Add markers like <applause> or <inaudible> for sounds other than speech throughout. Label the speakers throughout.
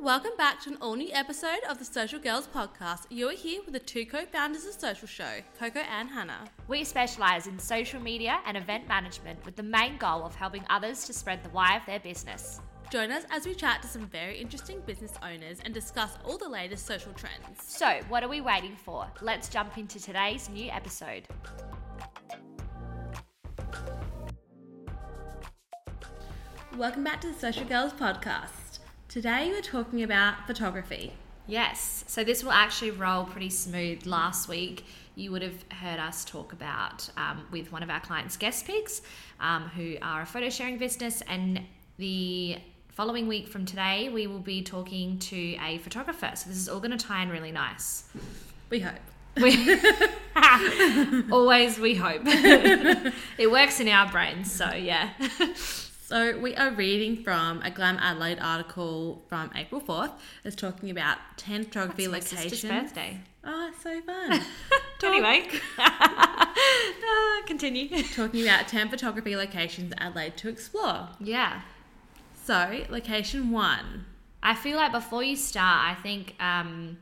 Speaker 1: Welcome back to an all new episode of the Social Girls podcast. You are here with the two co founders of Social Show, Coco and Hannah.
Speaker 2: We specialise in social media and event management with the main goal of helping others to spread the why of their business.
Speaker 1: Join us as we chat to some very interesting business owners and discuss all the latest social trends.
Speaker 2: So, what are we waiting for? Let's jump into today's new episode.
Speaker 1: Welcome back to the Social Girls podcast. Today we're talking about photography.
Speaker 2: Yes, so this will actually roll pretty smooth. Last week, you would have heard us talk about um, with one of our clients, Guest Pigs, um, who are a photo sharing business. And the following week from today, we will be talking to a photographer. So this is all going to tie in really nice.
Speaker 1: We hope.
Speaker 2: We- <laughs> Always, we <laughs> hope. it works in our brains, so yeah.
Speaker 1: So we are reading from a Glam Adelaide article from April 4th. It's talking about 10 photography
Speaker 2: It's my sister's
Speaker 1: locations.
Speaker 2: birthday.
Speaker 1: Oh, so fun. <laughs>
Speaker 2: <laughs> Anyway, Ah, continue.
Speaker 1: talking about 10 photography locations in Adelaide to explore.
Speaker 2: Yeah.
Speaker 1: So, location one.
Speaker 2: I feel like before you start, I think um,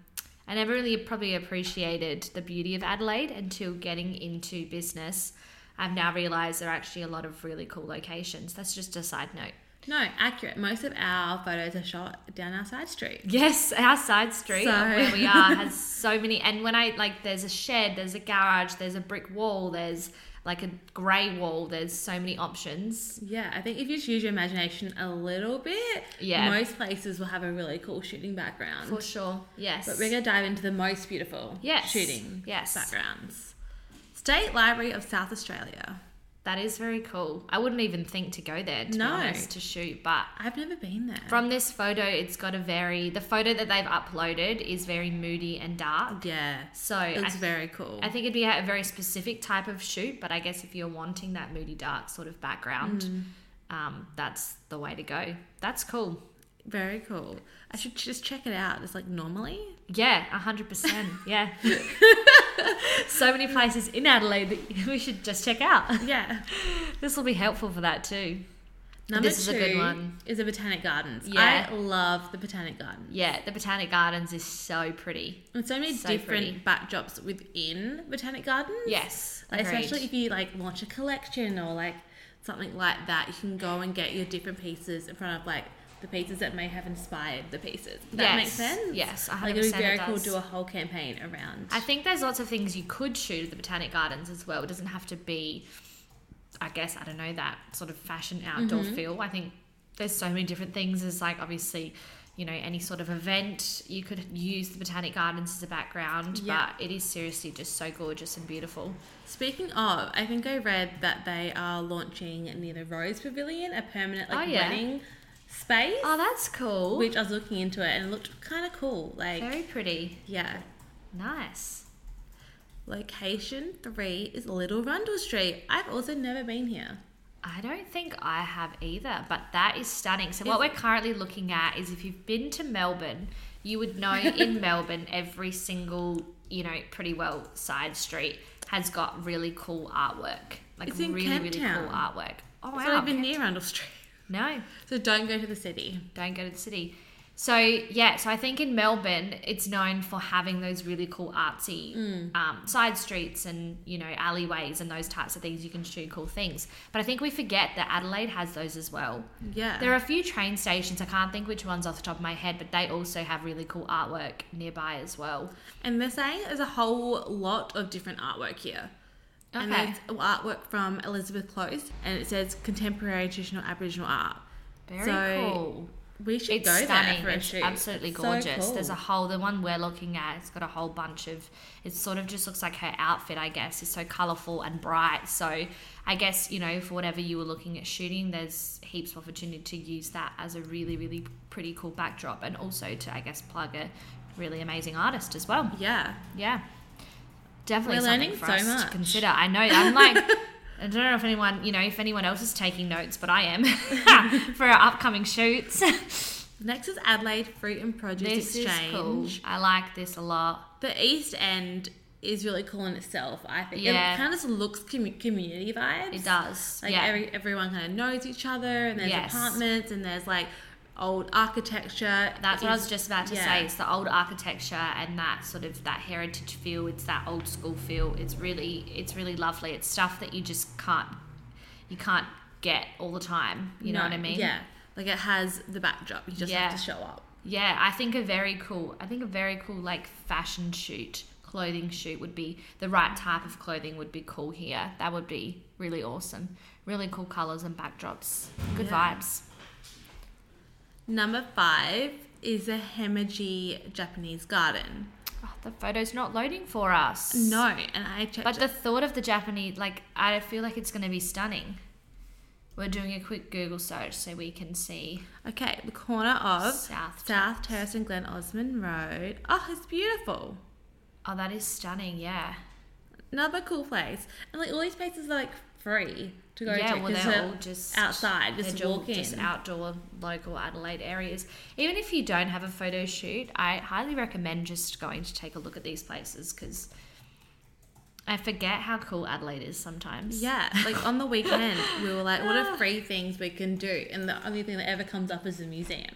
Speaker 2: I never really probably appreciated the beauty of Adelaide until getting into business. I've now realised there are actually a lot of really cool locations. That's just a side note.
Speaker 1: No, accurate. Most of our photos are shot down our side street.
Speaker 2: Yes, our side street
Speaker 1: So-
Speaker 2: of where we are has so many. And when I like, there's a shed, there's a garage, there's a brick wall, there's like a grey wall. There's so many options.
Speaker 1: Yeah, I think if you just use your imagination a little bit,
Speaker 2: Yeah.
Speaker 1: most places will have a really cool shooting background.
Speaker 2: For sure. Yes.
Speaker 1: But we're going to dive into the most beautiful
Speaker 2: Yes.
Speaker 1: shooting
Speaker 2: Yes.
Speaker 1: backgrounds. State Library of South Australia.
Speaker 2: That is very cool. I wouldn't even think to go there to, be
Speaker 1: No.
Speaker 2: honest, to shoot, but
Speaker 1: I've never been there.
Speaker 2: from this photo, it's got a very the photo that they've uploaded is very moody and dark.
Speaker 1: yeah,
Speaker 2: So I,
Speaker 1: it's
Speaker 2: th-
Speaker 1: very cool.
Speaker 2: I think it'd be a very specific type of shoot, but I guess if you're wanting that moody dark sort of background,
Speaker 1: Mm.
Speaker 2: um, that's the way to go. That's cool.
Speaker 1: very cool. I should just check it out. It's like normally.
Speaker 2: Yeah, hundred percent.
Speaker 1: <laughs>
Speaker 2: Yeah, so many places in Adelaide that <laughs> we should just check out.
Speaker 1: Yeah.
Speaker 2: This will be helpful for that too.
Speaker 1: Number
Speaker 2: This is
Speaker 1: two
Speaker 2: a good one.
Speaker 1: is the Botanic Gardens.
Speaker 2: Yeah.
Speaker 1: I love the Botanic Gardens.
Speaker 2: Yeah, the Botanic Gardens is so pretty.
Speaker 1: And so many
Speaker 2: So
Speaker 1: different backdrops within Botanic Gardens.
Speaker 2: Yes,
Speaker 1: Like,
Speaker 2: agreed.
Speaker 1: especially if you like launch a collection or like something like that, you can go and get your different pieces in front of like the pieces that may have inspired the pieces. Does that makes
Speaker 2: Yes.
Speaker 1: sense?
Speaker 2: Yes,
Speaker 1: Like it'd
Speaker 2: 100%
Speaker 1: be
Speaker 2: it
Speaker 1: very cool to
Speaker 2: does.
Speaker 1: do a whole campaign around.
Speaker 2: I think there's lots of things you could shoot at the Botanic Gardens as well. It doesn't have to be, I guess, I don't know, that sort of fashion outdoor feel. I think there's so many different things. There's like obviously, you know, any sort of event, you could use the Botanic Gardens as a background,
Speaker 1: Yeah.
Speaker 2: but it is seriously just so gorgeous and beautiful.
Speaker 1: Speaking of, I think I read that they are launching near the Rose Pavilion a permanent like
Speaker 2: Oh, yeah.
Speaker 1: wedding space.
Speaker 2: Oh, that's cool.
Speaker 1: which I was looking into it and it looked kind of cool. Like,
Speaker 2: Very pretty.
Speaker 1: yeah.
Speaker 2: Nice.
Speaker 1: Location three is Little Rundle Street. I've also never been here.
Speaker 2: I don't think I have either, but that is stunning. So, what we're currently looking at is if you've been to Melbourne, you would
Speaker 1: <laughs>
Speaker 2: know in Melbourne every single, you know, pretty well side street has got really cool artwork. Like
Speaker 1: It's in
Speaker 2: really,
Speaker 1: Camp
Speaker 2: really
Speaker 1: Town.
Speaker 2: cool artwork. Oh, wow.
Speaker 1: it's not even
Speaker 2: Camp-
Speaker 1: near Rundle Street. <laughs>
Speaker 2: No,
Speaker 1: So don't go to the city.
Speaker 2: don't go to the city. So, yeah, so I think in Melbourne, it's known for having those really cool artsy
Speaker 1: Mm.
Speaker 2: um, side streets and, you know, alleyways and those types of things. You can shoot cool things. But I think we forget that Adelaide has those as well.
Speaker 1: Yeah.
Speaker 2: There are a few train stations. I can't think which ones off the top of my head, but they also have really cool artwork nearby as well.
Speaker 1: and they're saying there's a whole lot of different artwork here. And
Speaker 2: Okay.
Speaker 1: there's artwork from Elizabeth Close and it says contemporary traditional Aboriginal art.
Speaker 2: Very
Speaker 1: So,
Speaker 2: cool.
Speaker 1: We should
Speaker 2: It's
Speaker 1: go
Speaker 2: stunning.
Speaker 1: there for a
Speaker 2: It's
Speaker 1: shoot.
Speaker 2: absolutely
Speaker 1: It's so
Speaker 2: gorgeous. There's
Speaker 1: cool.
Speaker 2: a whole the one we're looking at. It's got a whole bunch of. It sort of just looks like her outfit. I guess is so colourful and bright. So I guess you know for whatever you were looking at shooting, there's heaps of opportunity to use that as a really really pretty cool backdrop, and also to I guess plug a really amazing artist as well.
Speaker 1: Yeah.
Speaker 2: Yeah, definitely
Speaker 1: We're
Speaker 2: something
Speaker 1: learning
Speaker 2: for
Speaker 1: so
Speaker 2: us
Speaker 1: much.
Speaker 2: to consider. I know.
Speaker 1: <laughs>
Speaker 2: I'm like, I don't know if anyone, you know, if anyone else is taking notes, but
Speaker 1: <laughs>
Speaker 2: I am for our upcoming shoots.
Speaker 1: Next is Adelaide Fruit and Produce
Speaker 2: <laughs> this is
Speaker 1: Exchange.
Speaker 2: cool. I like this a lot.
Speaker 1: The East End is really cool in itself. I think
Speaker 2: Yeah.
Speaker 1: it kind of just looks commu- community vibes.
Speaker 2: It does.
Speaker 1: Like
Speaker 2: yeah.
Speaker 1: every everyone kind of knows each other, and there's
Speaker 2: Yes.
Speaker 1: apartments, and there's like old architecture.
Speaker 2: That's what I was
Speaker 1: is-
Speaker 2: just about to
Speaker 1: yeah.
Speaker 2: say. It's the old architecture and that sort of that heritage feel. It's that old school feel. It's really it's really lovely. It's stuff that you just can't you can't get all the time. You know
Speaker 1: No,
Speaker 2: what I mean?
Speaker 1: Yeah. Like it has the backdrop. You just
Speaker 2: Yeah.
Speaker 1: have to show up.
Speaker 2: Yeah, I think a very cool, I think a very cool like fashion shoot, clothing shoot would be the right type of clothing would be cool here. That would be really awesome. Really cool colors and backdrops. Good
Speaker 1: Yeah.
Speaker 2: vibes.
Speaker 1: Number five is a Hemaji Japanese garden.
Speaker 2: Oh, the photo's not loading for us.
Speaker 1: No, and I checked.
Speaker 2: But the thought of the Japanese, like, I feel like it's going to be stunning. We're doing a quick Google search so we can see
Speaker 1: it. okay, the corner of
Speaker 2: South.
Speaker 1: South Terrace and Glen Osmond Road. Oh, it's beautiful.
Speaker 2: Oh, that is stunning. Yeah.
Speaker 1: Another cool place. And like all these places are like free to go
Speaker 2: yeah,
Speaker 1: to.
Speaker 2: well,
Speaker 1: 'cause
Speaker 2: they're
Speaker 1: they're-
Speaker 2: all just
Speaker 1: outside, just
Speaker 2: they're all
Speaker 1: walk
Speaker 2: just
Speaker 1: in.
Speaker 2: outdoor local Adelaide areas. Even if you don't have a photo shoot, I highly recommend just going to take a look at these places because I forget how cool Adelaide is sometimes.
Speaker 1: Yeah, like on the weekend, we were like, what <gasps> are free things we can do? And the only thing that ever comes up is the museum.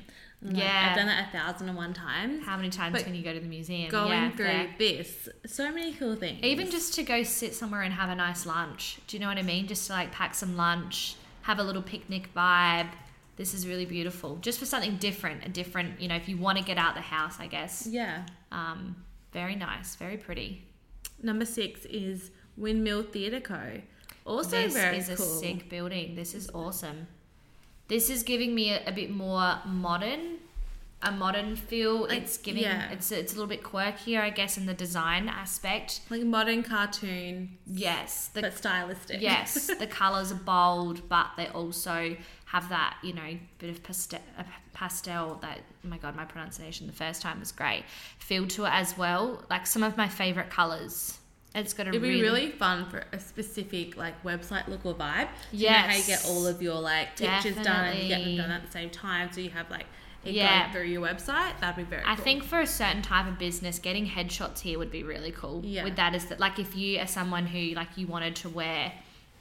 Speaker 1: And, like,
Speaker 2: Yeah.
Speaker 1: I've done that a thousand and one times.
Speaker 2: How many times
Speaker 1: But
Speaker 2: can you go to the museum?
Speaker 1: Going
Speaker 2: Yeah,
Speaker 1: through
Speaker 2: fair.
Speaker 1: this, so many cool things.
Speaker 2: Even just to go sit somewhere and have a nice lunch. Do you know what I mean? Just to like pack some lunch, have a little picnic vibe. This is really beautiful. Just for something different, a different, you know, if you want to get out the house, I guess.
Speaker 1: yeah.
Speaker 2: Um, very nice, very pretty.
Speaker 1: Number six is Windmill Theatre Co. Also
Speaker 2: this
Speaker 1: very
Speaker 2: is
Speaker 1: cool.
Speaker 2: a sick building. This is awesome. This is giving me a, a bit more modern, a modern feel.
Speaker 1: Like,
Speaker 2: it's giving.
Speaker 1: yeah.
Speaker 2: It's it's a little bit quirkier, I guess, in the design aspect.
Speaker 1: like modern cartoon,
Speaker 2: Yes, the
Speaker 1: but stylistic. <laughs>
Speaker 2: Yes, the colors are bold, but they also have that you know bit of pastel. uh, Pastel that oh my god, my pronunciation the first time was great. Feel to it as well, like some of my favorite colors. It's got a
Speaker 1: It'd be
Speaker 2: really,
Speaker 1: really, fun for a specific like website look or vibe. Yeah, You know how you
Speaker 2: Yes.
Speaker 1: get all of your like pictures done and you get them
Speaker 2: Definitely.
Speaker 1: done at the same time, so you have like it
Speaker 2: Yeah.
Speaker 1: going through your website. That'd be very.
Speaker 2: I
Speaker 1: cool.
Speaker 2: think for a certain type of business, getting headshots here would be really cool.
Speaker 1: Yeah.
Speaker 2: With that is that like if you are someone who like you wanted to wear,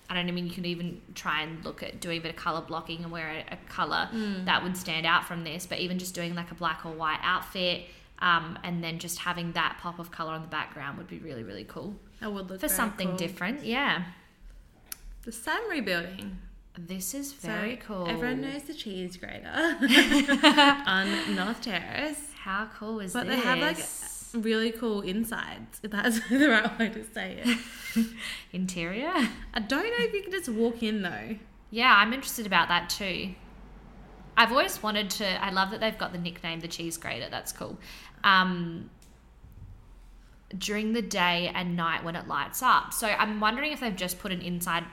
Speaker 2: I don't know, I mean you could even try and look at doing a bit of color blocking and wear a, a color
Speaker 1: Mm.
Speaker 2: that would stand out from this. But even just doing like a black or white outfit, um, and then just having that pop of color on the background would be really really cool
Speaker 1: that would look
Speaker 2: for
Speaker 1: very
Speaker 2: something
Speaker 1: cool.
Speaker 2: different. Yeah.
Speaker 1: The Samri building.
Speaker 2: This is very
Speaker 1: so
Speaker 2: cool.
Speaker 1: Everyone knows the cheese
Speaker 2: <laughs>
Speaker 1: grater on North Terrace.
Speaker 2: How cool is
Speaker 1: But
Speaker 2: this?
Speaker 1: they have, like, Really cool insides, if that's <laughs> the right way to say it.
Speaker 2: interior.
Speaker 1: I don't know if you can just walk in though.
Speaker 2: Yeah, I'm interested about that too. I've always wanted to. I love that they've got the nickname the cheese grater. That's cool. Um, during the day and night when it lights up. So I'm wondering if they've just put an inside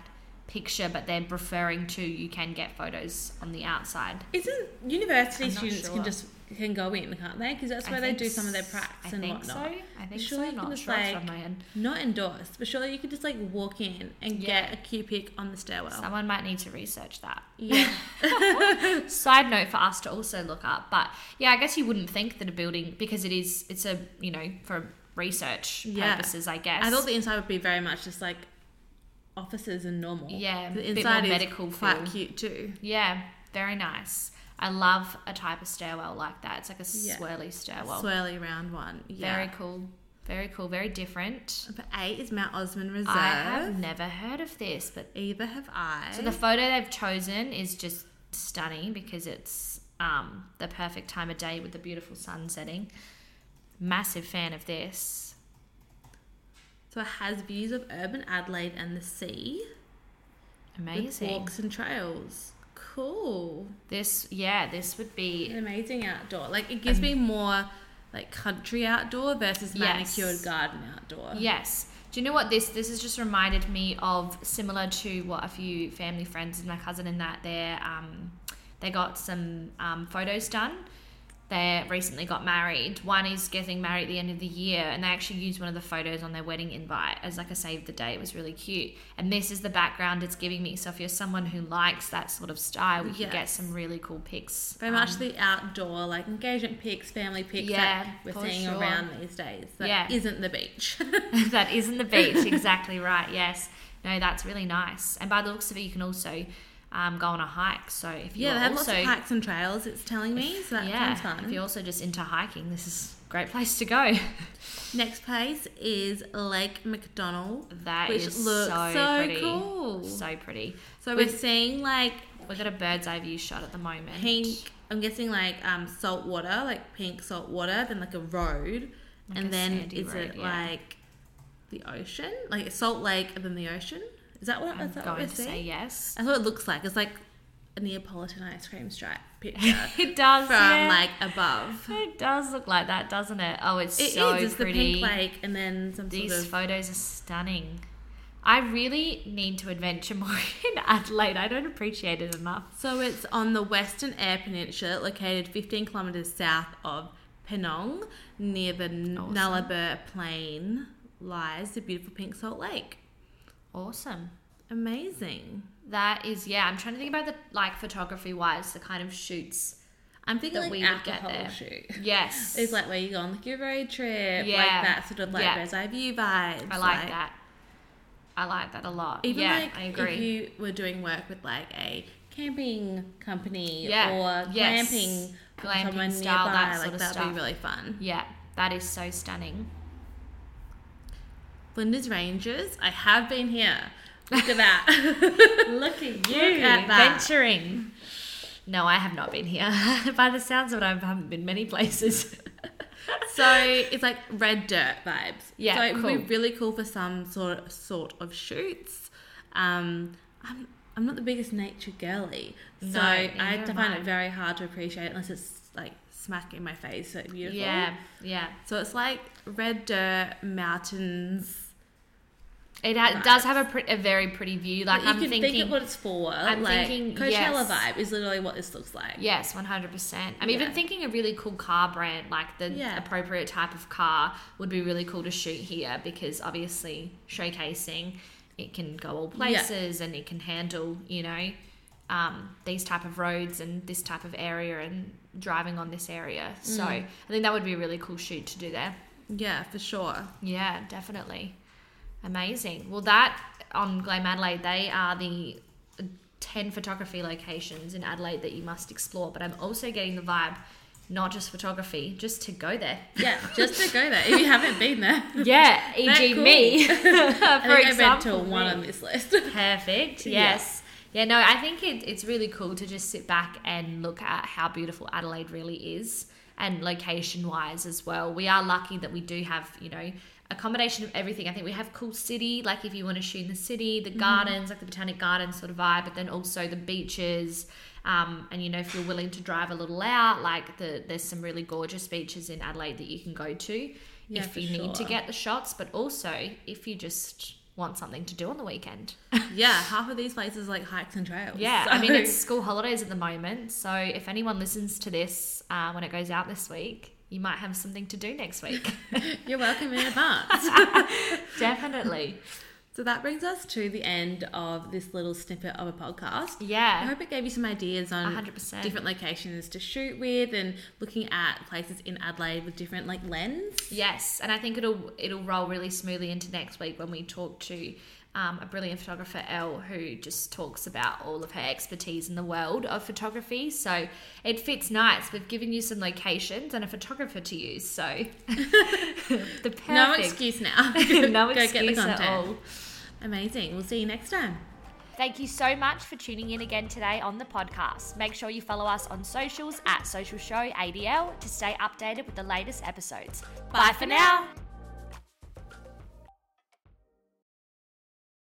Speaker 2: picture, but they're referring to you can get photos on the outside.
Speaker 1: Isn't university
Speaker 2: I'm not
Speaker 1: students
Speaker 2: sure.
Speaker 1: can just can go in, can't they? Because that's
Speaker 2: I
Speaker 1: where they
Speaker 2: think
Speaker 1: do some of their
Speaker 2: s-
Speaker 1: pracs
Speaker 2: I
Speaker 1: and
Speaker 2: think
Speaker 1: whatnot.
Speaker 2: So. I think
Speaker 1: Surely
Speaker 2: so.
Speaker 1: you
Speaker 2: Not
Speaker 1: can just,
Speaker 2: sure. it's from
Speaker 1: like,
Speaker 2: my end.
Speaker 1: Not endorsed, but surely you could just like walk in and
Speaker 2: Yeah.
Speaker 1: get a cute pic on the stairwell.
Speaker 2: Someone might need to research that.
Speaker 1: yeah,
Speaker 2: side note for us to also look up but yeah i guess you wouldn't think that a building because it is it's a you know for research
Speaker 1: Yeah.
Speaker 2: purposes i guess
Speaker 1: I thought the inside would be very much just like offices and normal.
Speaker 2: Yeah,
Speaker 1: the
Speaker 2: bit more
Speaker 1: inside
Speaker 2: medical
Speaker 1: is quite
Speaker 2: feel.
Speaker 1: cute too.
Speaker 2: yeah very nice i love a type of stairwell like that it's like a
Speaker 1: Yeah.
Speaker 2: swirly stairwell
Speaker 1: Swirly round one. Yeah.
Speaker 2: very cool very cool very different
Speaker 1: Number eight is Mount Osmond Reserve.
Speaker 2: i have never heard of this but
Speaker 1: Either have I.
Speaker 2: So the photo they've chosen is just stunning because it's um, the perfect time of day with the beautiful sun setting. Massive fan of this.
Speaker 1: so it has views of urban Adelaide and the sea.
Speaker 2: Amazing.
Speaker 1: With walks and trails. Cool.
Speaker 2: This, yeah, this would
Speaker 1: An
Speaker 2: be.
Speaker 1: amazing outdoor. Like it gives me more like country outdoor versus
Speaker 2: Um, Yes.
Speaker 1: manicured garden outdoor.
Speaker 2: Yes. Do you know what this? This has just reminded me of similar to what a few family friends and my cousin and that they um, they got some um, photos done. They recently got married. One is getting married at the end of the year, and they actually used one of the photos on their wedding invite as like a save the date. It was really cute. And this is the background it's giving me. So if you're someone who likes that sort of style, we could get
Speaker 1: Yes.
Speaker 2: some really cool pics.
Speaker 1: Very
Speaker 2: um,
Speaker 1: much the outdoor, like engagement pics, family pics
Speaker 2: Yeah,
Speaker 1: that we're
Speaker 2: for
Speaker 1: seeing
Speaker 2: sure.
Speaker 1: around these days. That
Speaker 2: Yeah.
Speaker 1: isn't the beach. <laughs>
Speaker 2: that isn't the beach exactly right yes no that's really nice and by the looks of it you can also um, go on a hike. So if you're
Speaker 1: Yeah, they have
Speaker 2: also
Speaker 1: lots of hikes and trails. It's telling me, so that
Speaker 2: yeah,
Speaker 1: sounds fun.
Speaker 2: if you're also just into hiking, this is a great place to go. <laughs>
Speaker 1: Next place is Lake McDonald,
Speaker 2: That
Speaker 1: which
Speaker 2: is
Speaker 1: looks so,
Speaker 2: so, pretty.
Speaker 1: cool. So,
Speaker 2: So pretty.
Speaker 1: we're
Speaker 2: We've-
Speaker 1: seeing like
Speaker 2: We've got a bird's eye view shot at the moment.
Speaker 1: pink. I'm guessing like um, salt water, like pink salt water, then like a road,
Speaker 2: Like a
Speaker 1: and then
Speaker 2: sandy
Speaker 1: is
Speaker 2: road,
Speaker 1: it
Speaker 2: yeah.
Speaker 1: like the ocean, like Salt Lake, and then the ocean? Is that what?
Speaker 2: I'm
Speaker 1: is that what
Speaker 2: going
Speaker 1: we're
Speaker 2: to say
Speaker 1: seeing?
Speaker 2: yes.
Speaker 1: That's what it looks like. It's like a Neapolitan ice cream stripe picture
Speaker 2: <laughs> It does.
Speaker 1: from
Speaker 2: yeah.
Speaker 1: like above.
Speaker 2: It does look like that, doesn't it? Oh, it's
Speaker 1: It is.
Speaker 2: so
Speaker 1: It's the
Speaker 2: pretty.
Speaker 1: pink lake, and then some
Speaker 2: These
Speaker 1: sort of.
Speaker 2: photos are stunning. I really need to adventure <laughs> more in Adelaide. I don't appreciate it enough.
Speaker 1: So it's on the Western Air Peninsula, located 15 kilometres south of Penong, near the N
Speaker 2: Awesome.
Speaker 1: Nullarbor Plain, lies the beautiful pink salt lake.
Speaker 2: Awesome.
Speaker 1: Amazing.
Speaker 2: That is, yeah. I'm trying to think about the like photography wise, the kind of shoots.
Speaker 1: I'm thinking
Speaker 2: That
Speaker 1: like
Speaker 2: we would get
Speaker 1: alcohol
Speaker 2: there.
Speaker 1: shoot. <laughs>
Speaker 2: Yes,
Speaker 1: It's like where you go on like your road trip, like
Speaker 2: Yeah.
Speaker 1: that sort of like
Speaker 2: Yeah.
Speaker 1: bird's eye view vibes.
Speaker 2: I like, that. I like that a lot.
Speaker 1: Even
Speaker 2: yeah,
Speaker 1: like
Speaker 2: I agree.
Speaker 1: if you were doing work with like a camping company
Speaker 2: Yeah.
Speaker 1: or
Speaker 2: Yes.
Speaker 1: glamping,
Speaker 2: Glamping
Speaker 1: someone
Speaker 2: style,
Speaker 1: nearby,
Speaker 2: that
Speaker 1: like
Speaker 2: sort of
Speaker 1: that'd
Speaker 2: stuff.
Speaker 1: be really fun.
Speaker 2: yeah, that is so stunning.
Speaker 1: Flinders Rangers. I have been here. Look at that.
Speaker 2: <laughs> Look at you,
Speaker 1: at that.
Speaker 2: adventuring. No, I have not been here. <laughs> By the sounds of it, I haven't been many places.
Speaker 1: so it's like red dirt vibes.
Speaker 2: Yeah,
Speaker 1: So it would
Speaker 2: cool.
Speaker 1: be really cool for some sort of, sort of shoots. Um, I'm I'm not the biggest nature girlie, so
Speaker 2: No,
Speaker 1: I
Speaker 2: neither am
Speaker 1: find
Speaker 2: I.
Speaker 1: it very hard to appreciate unless it's like smack in my face. So beautiful.
Speaker 2: Yeah, yeah.
Speaker 1: So it's like red dirt mountains.
Speaker 2: It ha- does have a, pre- a very pretty view. Like
Speaker 1: you
Speaker 2: I'm
Speaker 1: can
Speaker 2: thinking,
Speaker 1: think of what it's for.
Speaker 2: I'm
Speaker 1: like
Speaker 2: thinking,
Speaker 1: Coachella
Speaker 2: yes.
Speaker 1: vibe is literally what this looks like.
Speaker 2: yes, 100. percent I'm even
Speaker 1: Yeah.
Speaker 2: thinking a really cool car brand, like the
Speaker 1: Yeah.
Speaker 2: appropriate type of car, would be really cool to shoot here because obviously showcasing, it can go all places and it can handle, you know, um, these type of roads and this type of area and driving on this area. So
Speaker 1: Mm.
Speaker 2: I think that would be a really cool shoot to do there.
Speaker 1: Yeah, for sure.
Speaker 2: Yeah, definitely. Amazing. Well, that on Glam Adelaide, they are the 10 photography locations in Adelaide that you must explore. But I'm also getting the vibe, not just photography, just to go there.
Speaker 1: Yeah, just to go there if you haven't been <laughs> there.
Speaker 2: <laughs> Yeah,
Speaker 1: e.g.
Speaker 2: e.g.
Speaker 1: cool. me.
Speaker 2: E me. <laughs>
Speaker 1: I think I read till one on this list. <laughs>
Speaker 2: Perfect.
Speaker 1: Yeah.
Speaker 2: Yes. Yeah. no, I think it, it's really cool to just sit back and look at how beautiful Adelaide really is and location wise as well. We are lucky that we do have, you know, a combination of everything. I think we have cool city, like if you want to shoot in the city,
Speaker 1: Mm-hmm.
Speaker 2: the gardens, like the botanic gardens sort of vibe, but then also the beaches. Um, and you know, if you're willing to drive a little out, like the there's some really gorgeous beaches in Adelaide that you can go to
Speaker 1: Yeah,
Speaker 2: if
Speaker 1: for
Speaker 2: you need to
Speaker 1: sure.
Speaker 2: get the shots, but also if you just want something to do on the weekend.
Speaker 1: yeah, half of these places are like hikes and trails.
Speaker 2: Yeah,
Speaker 1: so-
Speaker 2: I
Speaker 1: <laughs>
Speaker 2: mean it's school holidays at the moment, so if anyone listens to this uh, when it goes out this week, you might have something to do next week.
Speaker 1: <laughs> you're welcome in <laughs> advance.
Speaker 2: Definitely,
Speaker 1: so that brings us to the end of this little snippet of a podcast. I
Speaker 2: yeah,
Speaker 1: hope it gave you some ideas on
Speaker 2: hundred percent.
Speaker 1: different locations to shoot with and looking at places in Adelaide with different like lens.
Speaker 2: Yes, and I think it'll it'll roll really smoothly into next week when we talk to um, a brilliant photographer, Elle, who just talks about all of her expertise in the world of photography. So it fits nice. We've given you some locations and a photographer to use. So <laughs> the perfect
Speaker 1: No excuse <laughs> now.
Speaker 2: <laughs> no
Speaker 1: Go get the
Speaker 2: excuse at
Speaker 1: content.
Speaker 2: all.
Speaker 1: Amazing. We'll see you next time.
Speaker 2: Thank you so much for tuning in again today on the podcast. Make sure you follow us on socials at Social Show ADL to stay updated with the latest episodes. Bye, for now.